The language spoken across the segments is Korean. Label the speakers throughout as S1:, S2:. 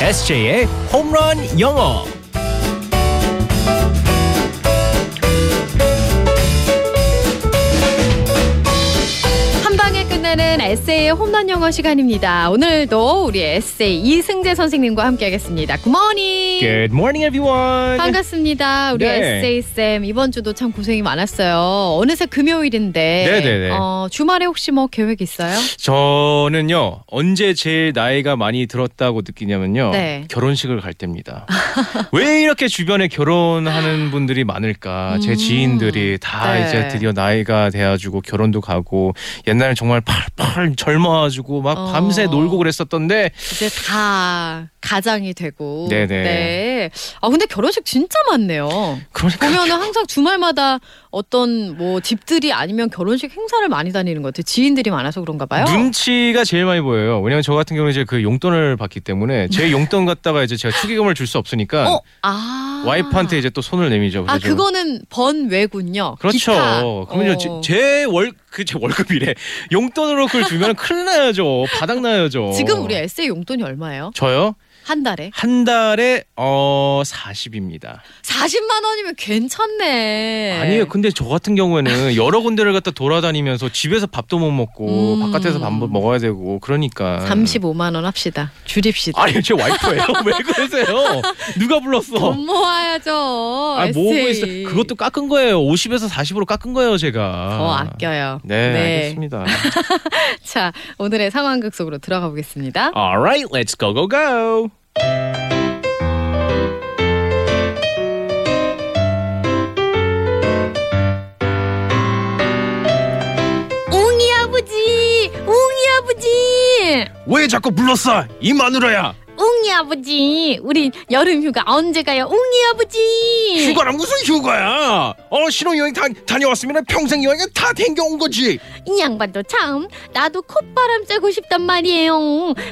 S1: SJ의 홈런 영어.
S2: 한 방에 끝내는 에세이의 홈런 영어 시간입니다. 오늘도 우리 에세이 이승재 선생님과 함께하겠습니다. 굿모닝.
S3: 예.
S1: Good morning, everyone.
S2: 반갑습니다. 우리
S1: 네.
S2: 에세이 쌤 이번 주도 참 고생이 많았어요. 어느새 금요일인데
S3: 네네네.
S2: 어, 주말에 혹시 뭐 계획 있어요?
S3: 저는요 언제 제일 나이가 많이 들었다고 느끼냐면요
S2: 네.
S3: 결혼식을 갈 때입니다. 왜 이렇게 주변에 결혼하는 분들이 많을까? 제
S2: 음.
S3: 지인들이 다
S2: 네.
S3: 이제 드디어 나이가 돼가지고 결혼도 가고 옛날에 정말 팔팔 젊어가지고 막
S2: 어.
S3: 밤새 놀고 그랬었던데
S2: 이제 다 가장이 되고.
S3: 네네.
S2: 네. 아 근데 결혼식 진짜 많네요.
S3: 그러니까
S2: 보면은 항상 주말마다 어떤 뭐 집들이 아니면 결혼식 행사를 많이 다니는 것 같아요. 지인들이 많아서 그런가 봐요.
S3: 눈치가 제일 많이 보여요. 왜냐면 저 같은 경우는 이제 그 용돈을 받기 때문에 제 용돈 갖다가 이제 제가 축의금을 줄 수 없으니까
S2: 네. 어, 아.
S3: 와이프한테 이제 또 손을 내미죠.
S2: 아,
S3: 그래서
S2: 그거는 번 외군요. 기타.
S3: 그렇죠. 그러면
S2: 어.
S3: 제월 그 제 월급이래 용돈으로 그걸 주면 큰일 나야죠. 바닥 나야죠.
S2: 지금 우리 에세이 용돈이 얼마예요?
S3: 저요
S2: 한 달에?
S3: 한 달에 어 40입니다.
S2: 40만 원이면 괜찮네.
S3: 아니에요. 그- 근데 저 같은 경우에는 여러 군데를 갖다 돌아다니면서 집에서 밥도 못 먹고
S2: 음.
S3: 바깥에서 밥 먹어야 되고 그러니까
S2: 35만 원 합시다. 줄입시다.
S3: 아니요 제 와이프예요. 왜 그러세요? 누가 불렀어?
S2: 돈 모아야죠.
S3: 아
S2: 에세이.
S3: 모으고 있어. 그것도 깎은 거예요. 50에서 40으로 깎은 거예요 제가.
S2: 더 아껴요.
S3: 네, 알겠습니다.
S2: 자, 오늘의 상황극 속으로 들어가
S3: 아.
S2: 보겠습니다.
S3: Alright, let's go go go.
S2: 웅이 아버지! 웅이 아버지!
S3: 왜 자꾸 불렀어 이 마누라야
S2: 웅이 아버지! 우리 여름 휴가 언제 가요? 웅이 아버지!
S3: 휴가란 무슨 휴가야 어 신혼여행 다, 다녀왔으면 평생 여행은 다 댕겨온 거지
S2: 이 양반도 참 나도 콧바람 쐬고 싶단 말이에요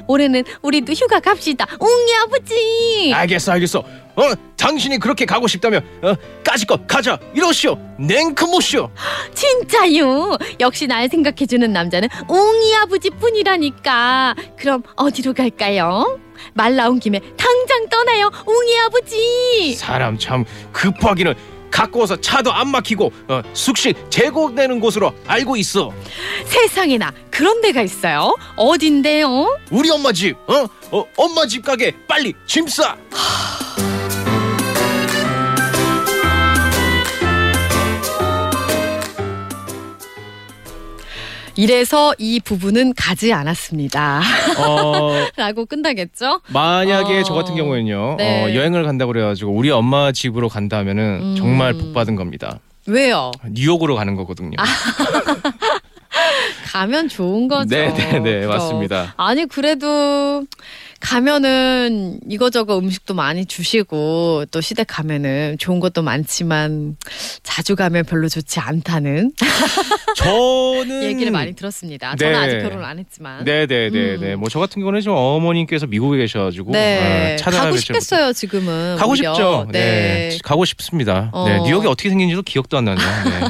S2: 올해는 우리도 휴가 갑시다 웅이 아버지
S3: 알겠어 알겠어 어 당신이 그렇게 가고 싶다면 어 까짓거 가자 이러시오 냉크모시오
S2: 진짜요 역시 날 생각해주는 남자는 웅이 아버지뿐이라니까 그럼 어디로 갈까요? 말 나온 김에 당장 떠나요 웅이 아버지
S3: 사람 참 급하기는 갖고 와서 차도 안 막히고 어, 숙식 제공되는 곳으로 알고 있어
S2: 세상에나 그런 데가 있어요 어딘데요?
S3: 우리 엄마 집어 어, 엄마 집 가게 빨리 짐싸
S2: 이래서 이 부부는 가지 않았습니다
S3: 어,
S2: 라고 끝나겠죠?
S3: 만약에
S2: 어,
S3: 저 같은 경우에는요
S2: 네.
S3: 어, 여행을 간다고 그래가지고 우리 엄마 집으로 간다면은
S2: 음.
S3: 정말 복 받은 겁니다
S2: 왜요?
S3: 뉴욕으로 가는 거거든요
S2: 아. 가면 좋은 거죠
S3: 네네네
S2: 그죠?
S3: 맞습니다
S2: 아니 그래도 가면은 이거저거 음식도 많이 주시고 또 시댁 가면은 좋은 것도 많지만 자주 가면 별로 좋지 않다는
S3: 저는
S2: 얘기를 많이
S3: 네.
S2: 들었습니다. 저는 아직 결혼 을안 했지만.
S3: 네네네네
S2: 음.
S3: 뭐 저 같은 경우는 지금 어머님께서 미국에 계셔가지고
S2: 네.
S3: 아, 차단을
S2: 가고
S3: 뵙지 못-
S2: 싶겠어요 지금은.
S3: 가고
S2: 오히려.
S3: 싶죠. 네.
S2: 네.
S3: 가고 싶습니다.
S2: 어.
S3: 네, 뉴욕이 어떻게 생긴지도 기억도 안 나네요.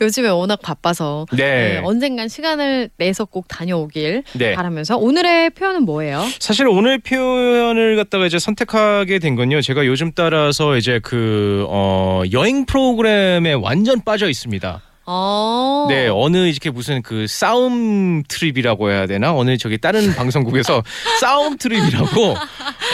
S2: 요즘에 워낙 바빠서
S3: 네.
S2: 네, 언젠간 시간을 내서 꼭 다녀오길
S3: 네. 네.
S2: 바라면서 오늘의 표현은 뭐예요?
S3: 사실 오늘 표현을 갖다가 이제 선택하게 된 건요. 제가 요즘 따라서 이제 그 어, 여행 프로그램에 완전 빠져 있습니다.
S2: 어.
S3: 네, 어느 이렇게 무슨 그 싸움 트립이라고 해야 되나? 어느 저기 다른 방송국에서 싸움 트립이라고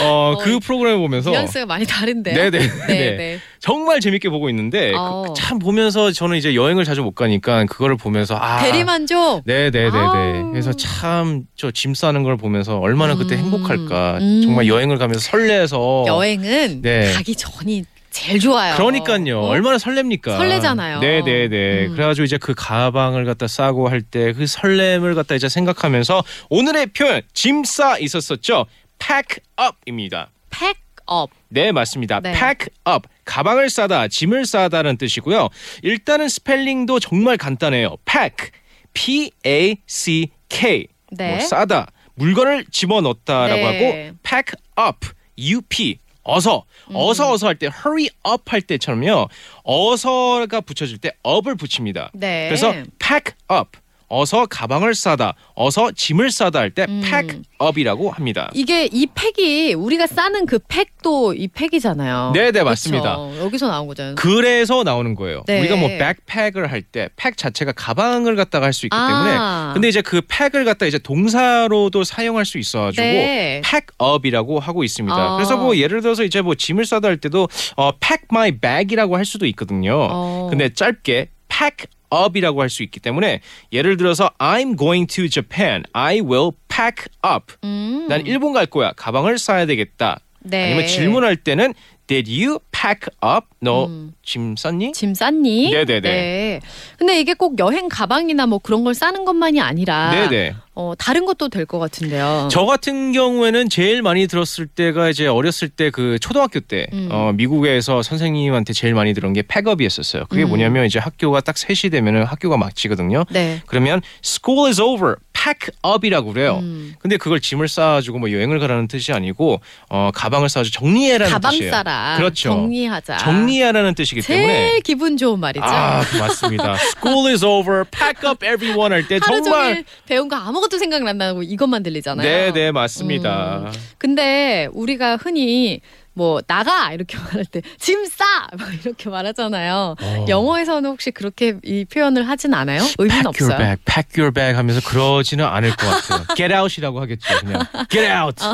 S3: 어, 그
S2: 어,
S3: 프로그램을 보면서
S2: 뉘앙스가 많이 다른데요.
S3: 네, 네,
S2: 네,
S3: 네.
S2: 네.
S3: 정말 재밌게 보고 있는데 그-
S2: 어.
S3: 참 보면서 저는 이제 여행을 자주 못 가니까 그거를 보면서 아
S2: 대리만족.
S3: 네, 네, 네, 네.
S2: 아우.
S3: 그래서 참 저 짐 싸는 걸 보면서 얼마나 그때
S2: 음,
S3: 행복할까.
S2: 음.
S3: 정말 여행을 가면서 설레서
S2: 여행은
S3: 어. 네.
S2: 가기 전이 제일 좋아요.
S3: 그러니까요.
S2: 어?
S3: 얼마나 설렙니까?
S2: 설레잖아요.
S3: 네네네.
S2: 음.
S3: 그래가지고 이제 그 가방을 갖다 싸고 할 때 그 설렘을 갖다 이제 생각하면서 오늘의 표현 짐 싸 있었었죠. pack up입니다.
S2: pack up.
S3: 네 맞습니다.
S2: 네.
S3: pack up 가방을 싸다, 짐을 싸다는 뜻이고요. 일단은 스펠링도 정말 간단해요. pack, p a c k
S2: 네.
S3: 뭐 싸다, 물건을 집어넣다라고
S2: 네.
S3: 하고 pack up, u p 어서
S2: 음.
S3: 어서 어서 할 때 hurry up 할 때처럼요. 어서가 붙여질 때 up을 붙입니다.
S2: 네.
S3: 그래서 pack up 어서 가방을 싸다, 어서 짐을 싸다 할 때
S2: 음.
S3: pack up이라고 합니다.
S2: 이게 이 팩이 우리가 싸는 그 팩도 이 팩이잖아요.
S3: 네, 네,
S2: 그쵸?
S3: 맞습니다.
S2: 여기서 나온 거잖아요.
S3: 그래서 나오는 거예요.
S2: 네.
S3: 우리가 뭐 백팩을 할 때 팩 자체가 가방을 갖다가 할 수 있기 때문에
S2: 아,
S3: 근데 이제 그 팩을 갖다 이제 동사로도 사용할 수 있어가지고
S2: 네.
S3: 팩업이라고 하고 있습니다.
S2: 아.
S3: 그래서 뭐 예를 들어서 이제 뭐 짐을 싸다 할 때도 어, pack my bag이라고 할 수도 있거든요.
S2: 어.
S3: 근데 짧게 pack up이라고 할 수 있기 때문에 예를 들어서 I'm going to Japan. I will pack up.
S2: 음.
S3: 난 일본 갈 거야. 가방을 싸야 되겠다.
S2: 네.
S3: 아니면 질문할 때는 Did you pack up? 너
S2: 음.
S3: 짐 쌌니?
S2: 짐 쌌니?
S3: 네네네.
S2: 네. 근데 이게 꼭 여행 가방이나 뭐 그런 걸 싸는 것만이 아니라
S3: 네네.
S2: 어, 다른 것도 될 것 같은데요.
S3: 저 같은 경우에는 제일 많이 들었을 때가 이제 어렸을 때 그 초등학교 때
S2: 음.
S3: 어, 미국에서 선생님한테 제일 많이 들은 게 팩업이었었어요. 그게
S2: 음.
S3: 뭐냐면 이제 학교가 딱 3시 되면은 학교가 마치거든요.
S2: 네.
S3: 그러면 school is over, pack up이라고 그래요.
S2: 음.
S3: 근데 그걸 짐을 싸가지고 뭐 여행을 가라는 뜻이 아니고 어, 가방을 싸가지고 정리해라는
S2: 가방
S3: 뜻이에요.
S2: 싸라.
S3: 그렇죠.
S2: 정리하자.
S3: 정리하라는 뜻이기
S2: 제일
S3: 때문에
S2: 기분 좋은 말이죠.
S3: 아 맞습니다. School is over, pack up everyone 할 때
S2: 하루
S3: 정말
S2: 종일 배운 거 아무것도 생각 안 나고 이것만 들리잖아요. 음,
S3: 네네 맞습니다.
S2: 근데 우리가 흔히 뭐 나가 이렇게 말할 때 짐 싸! 막 이렇게 말하잖아요.
S3: 어.
S2: 영어에서는 혹시 그렇게 이 표현을 하진 않아요? 의미는
S3: pack your
S2: 없어요.
S3: bag, pack your bag 하면서 그러지는 않을 것 같아요. get out이라고 하겠죠, 그냥 get out.
S2: 아,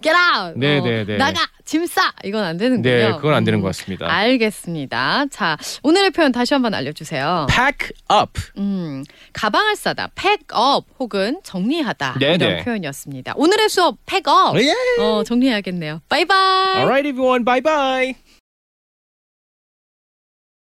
S2: Get out.
S3: 네,
S2: 어,
S3: 네, 네.
S2: 나가 짐 싸. 이건 안 되는군요.
S3: 네, 그건 안 되는 것
S2: 음,
S3: 같습니다.
S2: 알겠습니다. 자, 오늘의 표현 다시 한번 알려주세요.
S3: pack up.
S2: 음, 가방을 싸다, pack up 혹은 정리하다
S3: 네,
S2: 이런
S3: 네.
S2: 표현이었습니다. 오늘의 수업 pack up.
S3: 예.
S2: 어, 정리해야겠네요. 바이바이.
S3: Alright, everyone. Bye bye.